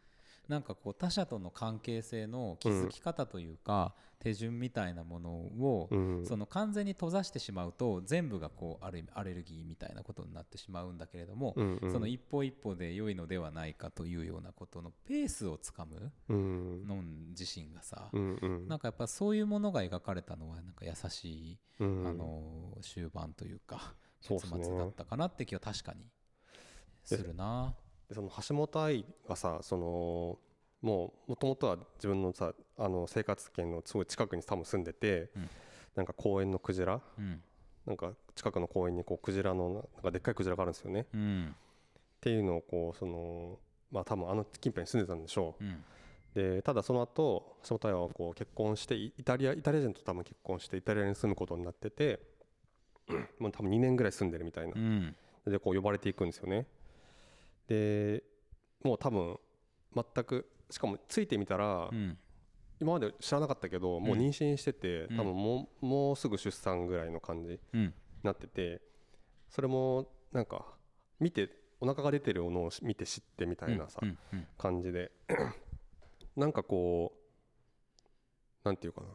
A: なんかこう他者との関係性の気づき方というか、手順みたいなものを、
B: うん
A: その完全に閉ざしてしまうと全部がこうある意味アレルギーみたいなことになってしまうんだけれども、
B: うんうん
A: その一歩一歩で良いのではないかというようなことのペースをつかむ
B: うん
A: のん自身がさ、
B: うんうん
A: なんかやっぱそういうものが描かれたのはなんか優しい、
B: うん
A: あの終盤というか
B: そう
A: 結
B: っすね
A: 末だったかなって気は確かにするな。
B: でその橋本愛がさそのもうもともとは自分のさあの生活圏のすごい近くに多分住んでて、
A: うん
B: なんか公園のクジラ
A: うん
B: なんか近くの公園にこうクジラのなんかでっかいクジラがあるんですよねっ
A: うん
B: ていうのをこうそのまあ多分あの近辺に住んでたんでしょう、
A: うん
B: でただその後橋本愛はこう結婚してイイタリアイタリア人と多分結婚してイタリアに住むことになっててもう多分2年ぐらい住んでるみたいな
A: う、ん
B: でこう呼ばれていくんですよねでもう多分全くしかもついてみたら、
A: うん
B: 今まで知らなかったけどもう妊娠してて、
A: うん
B: 多分もうもうすぐ出産ぐらいの感じに
A: うん
B: なっててそれもなんか見てお腹が出てるのを見て知ってみたいなさ、
A: うんうん
B: 感じで [clears throat] なんかこうなんていうかな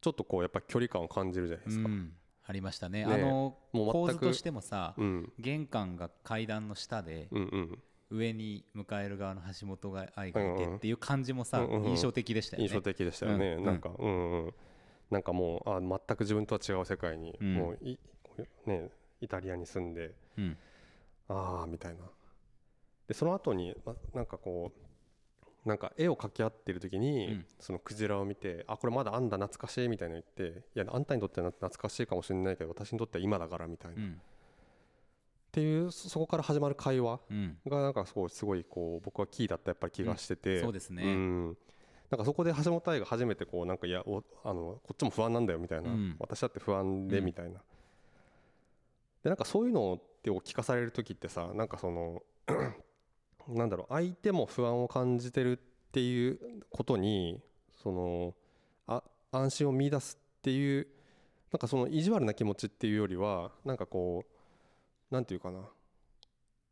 B: ちょっとこうやっぱ距離感を感じるじゃないで
A: う
B: すか、
A: ん、ありましたね
B: ね
A: あの
B: もう
A: 構
B: 全
A: 図
B: く
A: としてもさ、
B: うん、
A: 玄関が階段の下で、
B: うんうん
A: 上に迎える側の橋本が愛がいて
B: うんうん
A: っていう感じもさ、
B: うんうんうん
A: 印象的でしたよね
B: 印象的でしたよね、
A: うん
B: なんかうんうんなんかもうあ全く自分とは違う世界に、
A: うん
B: もういこうねイタリアに住んで
A: うん
B: ああみたいなでその後に、ま、なんかこうなんか絵を描き合ってる時に、
A: うん
B: そのクジラを見てあこれまだあんだ懐かしいみたいなの言っていやあんたにとっては懐かしいかもしれないけど私にとっては今だからみたいな、
A: う
B: っ
A: ん
B: ていうそそこから始まる会話
A: うん
B: がなんかすごいすごいこう僕はキーだったやっぱり気がして
A: う
B: て、
A: んそうですね
B: んなんかそこで橋本愛が初めてこうなんかいやおあのこっちも不安なんだよみたいな、
A: うん
B: 私だって不安で
A: うん
B: みたいな、でなんかそういうのってを聞かされる時ってさなんかその [clears throat] なんだろう相手も不安を感じてるっていうことにそのあ安心を見出すっていうなんかその意地悪な気持ちっていうよりはなんかこうなんていうかな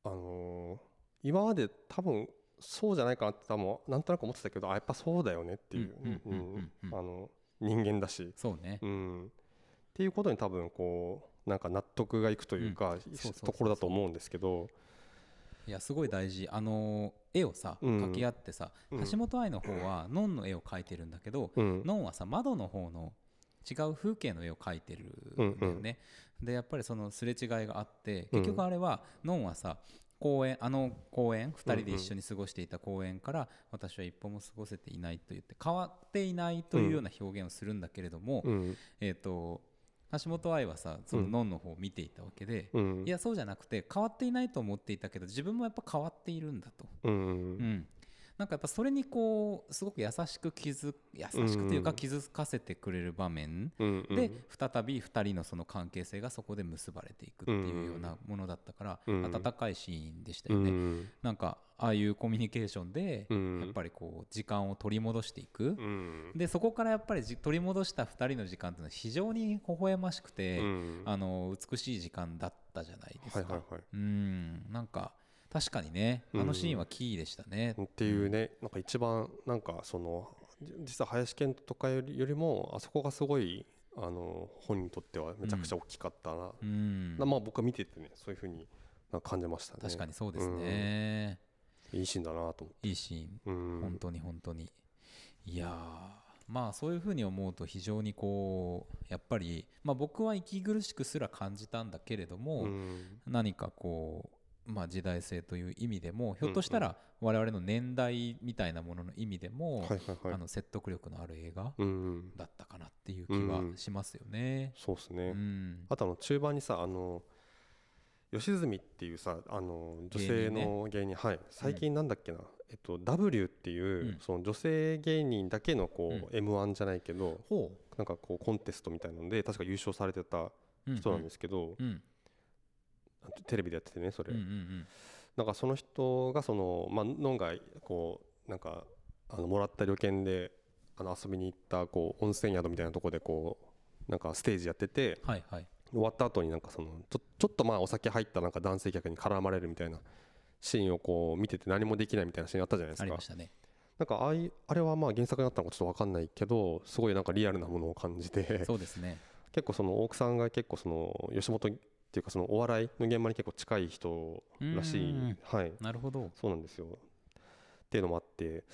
B: あのー今まで多分そうじゃないかなって多分なんとなく思ってたけどあやっぱそうだよねっていう
A: うんうんうん
B: うん
A: うんうん
B: あの人間だし、
A: そうね、
B: うん、っていうことに多分こうなんか納得がいくというか、
A: そうそうそう
B: ところだと思うんですけど
A: いやすごい大事あの絵をさ
B: うん
A: 描き合ってさ、
B: うん
A: 橋本愛の方はノンの絵を描いてるんだけど、
B: うん
A: ノンはさ窓の方の違う風景の絵を描いてるんだよね、でやっぱりそのすれ違いがあって
B: うん
A: 結局あれは、ノンはさ公園あの公園2人で一緒に過ごしていた公園から私は一歩も過ごせていないと言って変わっていないというような表現をするんだけれども、
B: うん
A: えー、と橋本愛はさその
B: うん
A: ノンの方を見ていたわけで、
B: うん
A: いやそうじゃなくて変わっていないと思っていたけど自分もやっぱ変わっているんだと。
B: うん
A: うん、なんかやっぱそれにこうすごく優しく気づ優しくという
B: う
A: か
B: ん
A: 気づかせてくれる場面
B: うんうん
A: で再び2人のその関係性がそこで結ばれていくっていうようなものだったから
B: うん
A: 温かいシーンでした
B: う
A: よ
B: ん
A: ね。なんかああいうコミュニケーションで
B: うん
A: やっぱりこう時間を取り戻していく
B: うん
A: でそこからやっぱりじ取り戻した2人の時間っていうのは非常に微笑ましくて
B: うん
A: あの美しい時間だったじゃないで
B: はい
A: す
B: はい
A: か。
B: はい
A: うんなんか確かにねあのシーンはキーでしたね。
B: っていうねなんか一番なんかそのじ実は林遣都とかよりよりもあそこがすごいあの本にとってはめちゃくちゃ大きかったな、
A: うん
B: なまあ僕は見ててねそういうふうになんか感じましたね
A: 確かにそうですね、
B: いいシーンだなと思って
A: いいシーン
B: うん
A: 本当に本当にいやーまあそういうふうに思うと非常にこうやっぱり、まあ、僕は息苦しくすら感じたんだけれども、
B: うん
A: 何かこう、まあ、時代性という意味でもひょっとしたら我々の年代みたいなものの意味でも、
B: はいはいはい
A: あの説得力のある映画
B: うん
A: だったかなっていういう気はしますよね。
B: そうですね、
A: うん
B: あとあの中盤にさあの吉住っていうさあの女性の芸人,、はい最近なんだっけな、えっと W っていう、
A: うん
B: その女性芸人だけのこう、M1 じゃないけど
A: ほ
B: なんかこうコンテストみたいなので確か優勝されてた
A: う。。
B: 人なんですすけど、
A: うん
B: あとテレビでやっててねそれ、
A: うんうん
B: なんかその人がそのまあノンがこうなんかあのもらった旅券であの遊びに行ったこう温泉宿みたいなとこでこうなんかステージやってて
A: うん。はいはい。
B: 終わった後になんかそのちょちょっとまあお酒入ったなんか男性客に絡まれるみたいなシーンをこう見てて何もできないみたいなシーンあったじゃないです
A: あり
B: か
A: ましたね。
B: なんかああいあれはまあ原作になったのかちょっと分かんないけどすごいなんかリアルなものを感じて
A: そうですね。
B: 結構その大久さんが結構その吉本っていうかそのお笑いの現場に結構近い人らし
A: う
B: い
A: ん
B: はい
A: なるほど。
B: そうなんですよ。っていうのもあって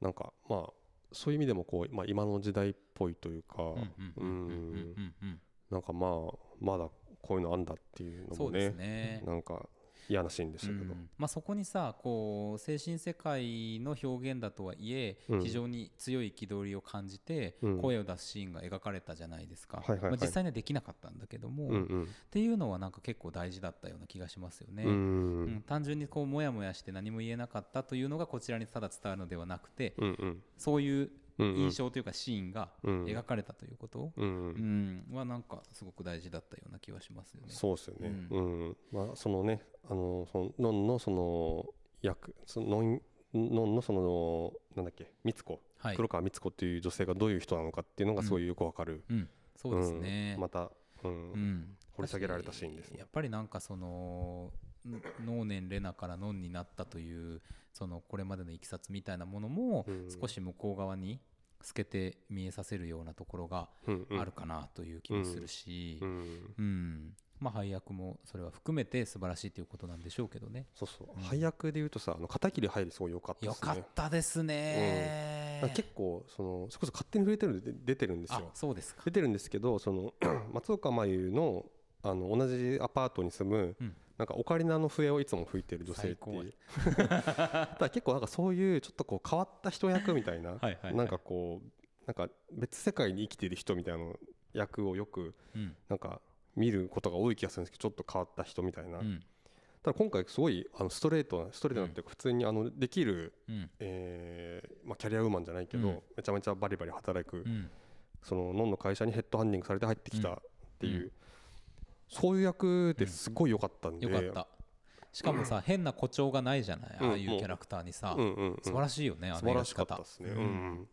B: なんかまあそういう意味でもこう、まあ、今の時代っぽいというか、
A: うんうんうんうんうんうん
B: なんかまあまだこういうのあんだっていう
A: うん。
B: の
A: そ
B: も
A: うで
B: ね
A: すね。
B: なんか嫌なシーンでしたけど、
A: うんまあ、そこにさこう精神世界の表現だとはいえ、
B: うん
A: 非常に強い憤りを感じて、
B: うん
A: 声を出すシーンが描かれたじゃないですか、
B: はいはいはい
A: まあ、実際にはできなかったんだけども、
B: うん
A: っ
B: うん
A: ていうのはなんか結構大事だったような気がしますよね。
B: う
A: うんん単純にこうモヤモヤして何も言えなかったというのがこちらにただ伝わるのではなくて
B: うんうん
A: そういう
B: うんうん
A: 印象というかシーンが
B: うん
A: 描かれたということ、
B: うんう
A: うんんはなんかすごく大事だったような気はしますよね。
B: そうですよね、
A: う
B: うんまあ、そのねあのそのノンのその役そのノンノンのそのなんだっけ光子、
A: はい
B: 黒川光子っていう女性がどういう人なのかっていうのがすごいよくわかる、
A: うん、そうですね、
B: んまた、うん
A: うん、
B: 掘り下げられたシーンですね
A: やっぱりなんかそのん能年レナからノンになったというそのこれまでのいきさつみたいなものも
B: うん
A: 少し向こう側に透けて見えさせるようなところが
B: うんうん
A: あるかなという気もするし、
B: う
A: うん
B: ん
A: まあ配役もそれは含めて素晴らしいということなんでしょうけどね。
B: そうそう、
A: うん
B: 配役でいうとさあの片桐入りすごい良かったで
A: よ
B: すね
A: かったですね。
B: だから結構そのそれこそ勝手に触れてるんでで出てるんです
A: あ
B: よ
A: そうですか
B: 出。てるんですけどその [clears throat] 松岡真優のあの同じアパートに住む、
A: うん
B: なんかオカリナの笛をいつも吹いてる女性っていう [laughs] だから結構なんかそういうちょっとこう変わった人役みたいな
A: はいはいはい
B: なんかこうなんか別世界に生きている人みたいな役をよく
A: うん
B: なんか見ることが多い気がするんですけどちょっと変わった人みたいな、
A: うん
B: ただ今回すごいあのストレートなストレートなっていうか普通にあのできる、
A: うん
B: えーまあ、キャリアウーマンじゃないけど、
A: うん
B: めちゃめちゃバリバリ働く、
A: うん
B: そのノンの会社にヘッドハンディングされて入ってきたっていう、
A: うん
B: そういう役ですごい良かったんで、
A: よかった。しかもさ、変な誇張がないじゃない、
B: うん
A: ああいうキャラクターにさ、
B: うんうんうん、
A: 素晴らしいよね、あ
B: 素
A: の
B: 晴
A: や
B: ら
A: り
B: しかっ
A: 方
B: たですね、うんうん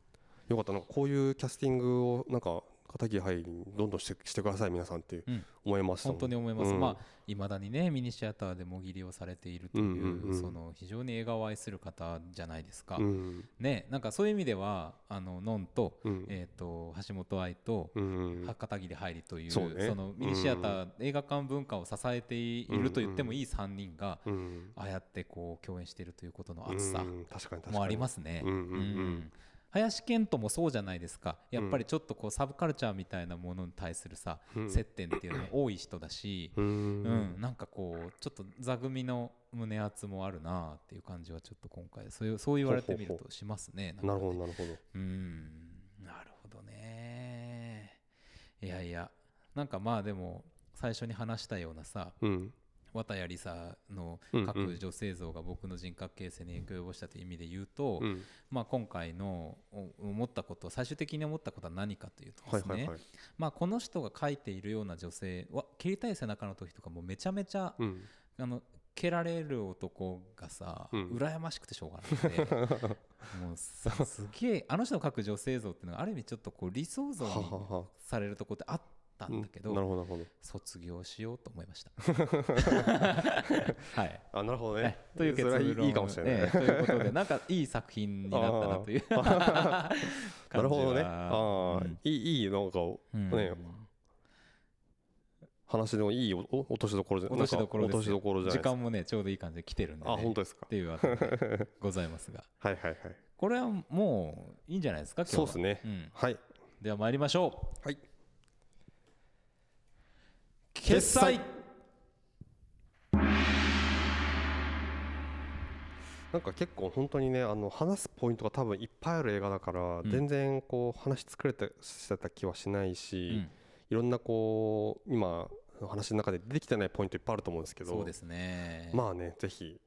B: よかったなんかこういうキャスティングをなんか片桐入りにどんどんしてしてください皆さんって
A: うん
B: 思いましたも
A: 本
B: ん
A: 当に思います、
B: うん
A: まあいまだにねミニシアターでもぎりをされているという,、
B: うんうんうん
A: その非常に映画を愛する方じゃないですか、
B: うん
A: ねなんかそういう意味ではあののんと,、
B: うん
A: えー、と橋本愛と、
B: うんうん
A: 博多切入りという
B: そうね
A: のミニシアター、映画館文化を支えていると言ってもいい3人が、
B: うん
A: ああやってこう共演しているということの熱さ、
B: うん確かに確かに
A: もありますね。
B: うんうんうん
A: 林遣都もそうじゃないですかやっぱ
B: う
A: りちょっとこうサブカルチャーみたいなものに対するさ、
B: うん
A: 接点っていうのが多い人だし、
B: う
A: うん
B: ん
A: なんかこうちょっと座組の胸圧もあるなっていう感じはちょっと今回そういうそう言われてみるとしますね。
B: なる
A: んかね
B: ほどなるほど
A: うんなるほどねいやいやなんかまあでも最初に話したようなさ
B: うん
A: 綿谷りさの
B: うんう
A: 各
B: ん
A: 女性像が僕の人格形成に影響を及ぼしたという意味で言うと、
B: うん
A: まあ、今回のお思ったこと最終的に思ったことは何かというと
B: は
A: で
B: い
A: すね、
B: はいはい
A: まあ、この人が描いているような女性は蹴りたい背中の時とかもうめちゃめちゃ、
B: うん
A: あの蹴られる男がさ、
B: うん
A: 羨ましくてしょうがなくて
B: [laughs]
A: もうさすげえあの人の描く女性像っていうのがある意味ちょっとこう理想像に
B: ははは
A: されるとこってあったんだけど
B: うんなるほどなるほど
A: 卒業しようと思いま
B: [laughs]
A: した。はい
B: あなるほどね
A: という結
B: そ
A: 論
B: れはいいいいかもしれない、
A: ええということでなんかいい作品になったなという感じは
B: [laughs] なるほどねああ、
A: うん
B: いいいいなんか
A: うん
B: ね話のいいおお落としどころじゃ
A: 落としどころ
B: なん
A: で
B: か落と
A: す
B: しど
A: よ
B: ころじゃな
A: 時
B: いですか
A: 間もねちょうどいい感じで来てるんで、ね、
B: あ本当ですか
A: っていうわけでございます
B: [laughs]
A: が
B: はいはいはい
A: これはもういいんじゃないですか今日は
B: そうですね
A: ん
B: はい
A: では参りましょう
B: はい
A: 決済
B: なんか結構本当にねあの話すポイントが多分いっぱいある映画だから、全然こう話作れてしてた気はしないし、
A: うん
B: いろんなこう今の話の中で出てきてないポイントいっぱいあると思うんですけど
A: そうですね、
B: まあねぜひ
A: い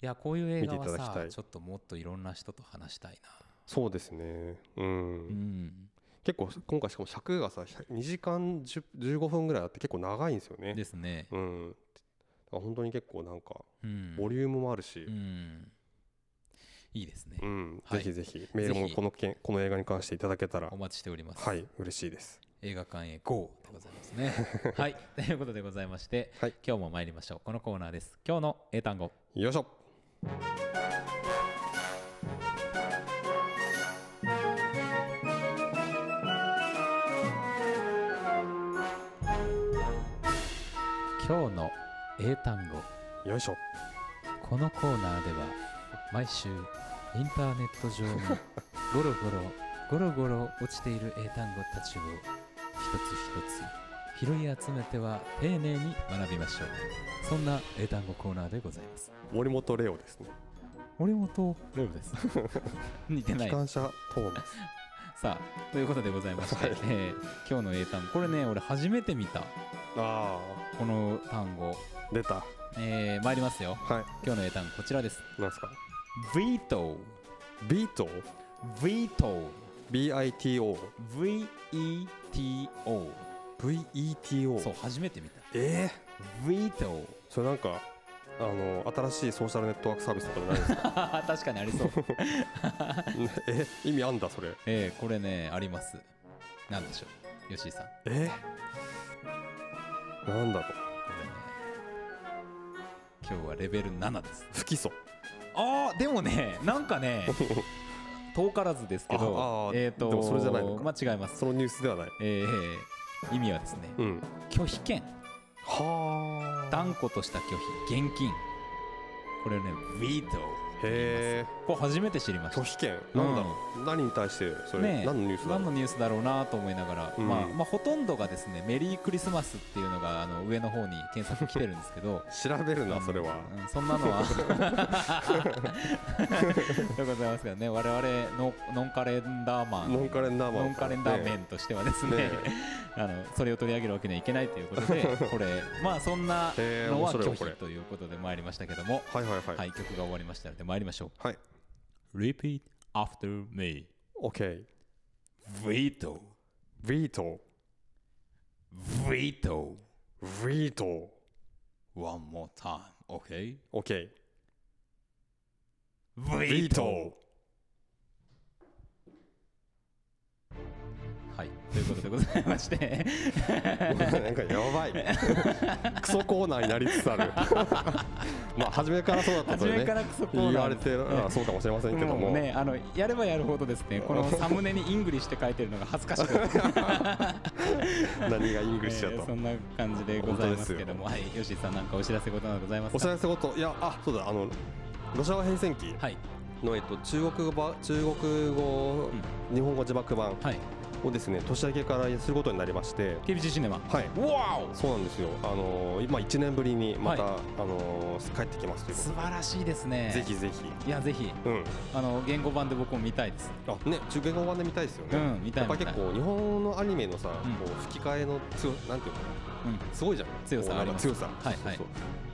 A: やこういう映画
B: 見ていた
A: は
B: だきた
A: さ
B: い
A: ちょっともっといろんな人と話したいな
B: そうですねうん、
A: うん
B: 結構今回しかも尺がさ100 2時間10 15分ぐらいあって結構長いんですよね
A: ですね
B: うんだから本当に結構なんか
A: うん
B: ボリュームもあるし、
A: うんいいですね
B: うん
A: はい
B: ぜひぜひメールも
A: ぜひ
B: この件この映画に関していただけたら
A: お待ちしております
B: はい嬉しいです
A: 映画館へ GO でございます
B: [laughs]
A: ねはいということでございまして
B: はい
A: 今日も参りましょうこのコーナーです今日の英単語
B: よいしょ
A: 今日の英単語
B: よいしょ
A: このコーナーでは毎週インターネット
B: [laughs]
A: 上にゴロゴロゴロゴロ落ちている英単語たちを一つ一つ拾い集めては丁寧に学びましょうそんな英単語コーナーでございます
B: 森本レオですね
A: 森本レオです [laughs] 似てな
B: 機
A: い
B: 関車トーマス
A: [laughs] さあということでございまして、
B: はい
A: えー今日の英単語これね俺初めて見た
B: あ
A: この単語、
B: あ出た
A: えー、参りますよ
B: は
A: 今日の英単語こちらです
B: いなんですか
A: VETO
B: ビート
A: VETO
B: BITO
A: VETO
B: VETO
A: そう初めて見た
B: ええ
A: VETO
B: それなんかあの新しいソーシャルネットワークサービスとかじゃないですか
A: [laughs] 確かにあ [laughs] りそう、
B: [laughs] え意味あんだそれ
A: えー、これねありますなんでしょう吉井さんこ
B: えなん
A: れ
B: だろう
A: ね今日はレベル7です
B: 不起訴
A: あーでも
B: [laughs]
A: ねなんかね遠からずですけ
B: あ
A: ど
B: あ
A: え
B: ー
A: ーと
B: でもそれじゃないのか
A: まあ違います
B: そのニュースではない
A: えー、意味はですね
B: うん
A: 拒否権
B: はあ
A: 断固とした拒否現金これをね VETO
B: へえ
A: これ初めて知りました
B: 拒否権なんだろう、何に対してそれ、
A: ねえ、
B: 何のニュースだ
A: 何
B: ろ
A: の
B: う
A: ニュースだろうなと思いながら、
B: うん
A: まあまあ、ほとんどがですねメリークリスマスっていうのがあの上の方に検索来てるんですけど
B: 調べるな
A: うん
B: それは、
A: うんそんなの
B: [laughs]
A: はでございますからね我々のノンカレンダーマン
B: ノンカレンダーマン
A: ノンカレンダーメ
B: ね
A: ンとしてはですね
B: ね
A: [laughs] あのそれを取り上げるわけにはいけないということでこれまあそんな
B: へえ
A: の
B: 面
A: は
B: 白い
A: 拒
B: わこれ
A: 否ということで参りましたけども、
B: はいはいはい
A: はい、曲が終わりましたので参りましょ
B: はい
A: う Repeat after me
B: OK
A: Veto
B: ビート
A: Veto
B: ビート
A: One more time, okay?
B: OK ビー
A: Veto!
B: ト
A: はい、ということでございまして、
B: [laughs] なんかやばい
A: [laughs]
B: クソコーナーになりつつあるまあ初めからそうだった
A: 初
B: とね
A: めからクソコーナー
B: 言われてるのはそうかもしれませんけども
A: もうね、あのやればやるほどですね、このサムネにイングリッシュって書いてるのが恥ず
B: [laughs]
A: かしくなって、
B: 何がイングリッシュ
A: え
B: や
A: ー
B: と、
A: そんな感じでございますけども、はい、吉井さんなんかお知らせことなどございます
B: お知
A: から
B: せ事いやあそうだあのロシア語変遷期
A: はい、
B: の、えっと、中国語ば中国語、日本語字幕版
A: はい、
B: をですね年明けからすることになりまして
A: KBC シネマ。
B: はい
A: わお
B: そうなんですよあの今1年ぶりにまた、
A: は
B: あの帰ってきますというこ
A: 素晴らしいです
B: と
A: ね。
B: でぜひぜひ
A: いや、ぜひ、
B: うん
A: あの言語版で僕も見たいです。
B: あね中国語版で見たいですよ
A: う
B: ね、
A: ん、見た
B: や
A: い
B: っぱ
A: 見たい。
B: 結構日本のアニメのさ、
A: うん
B: こう吹き替えの強なんていうのか
A: うん
B: なすごいじゃん
A: 強さ
B: こうなんか
A: あります
B: 強さ
A: はいはい
B: そう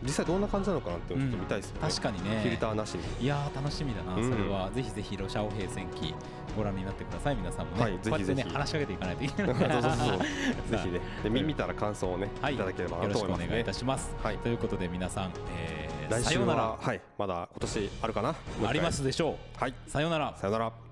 B: 実際どんな感じなのかなっていうのをちょっと見たいですよね、
A: 確かにね。
B: フィルターなしに
A: いやー楽しみだな、
B: うん
A: それはぜひぜひロシアオ平戦記ご覧になってください皆さんもね、
B: はいぜひ
A: こうやってね
B: [laughs] ぜひ
A: 話しかけていかないと [laughs] いけな
B: そ
A: いう
B: そうそうそうぜひねで見
A: うん
B: 見たら感想をね、
A: はい
B: い、ただければ
A: よ
B: な
A: ろ
B: と
A: しく
B: 思
A: お
B: います
A: 願いい
B: ね
A: たします、
B: はい
A: ということで皆さん、えー
B: 来
A: さ
B: 週
A: ような
B: は
A: ら
B: はいまだ今年あるかなもう一回
A: ありますでしょ
B: はいう
A: さようなら
B: さよなら